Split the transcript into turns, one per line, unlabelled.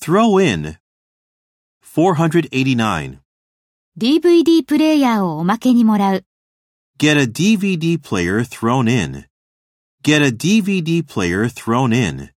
Throw in 489.
DVD プレイヤーをおまけにもらう。
Get a DVD player thrown in. Get a DVD player thrown in.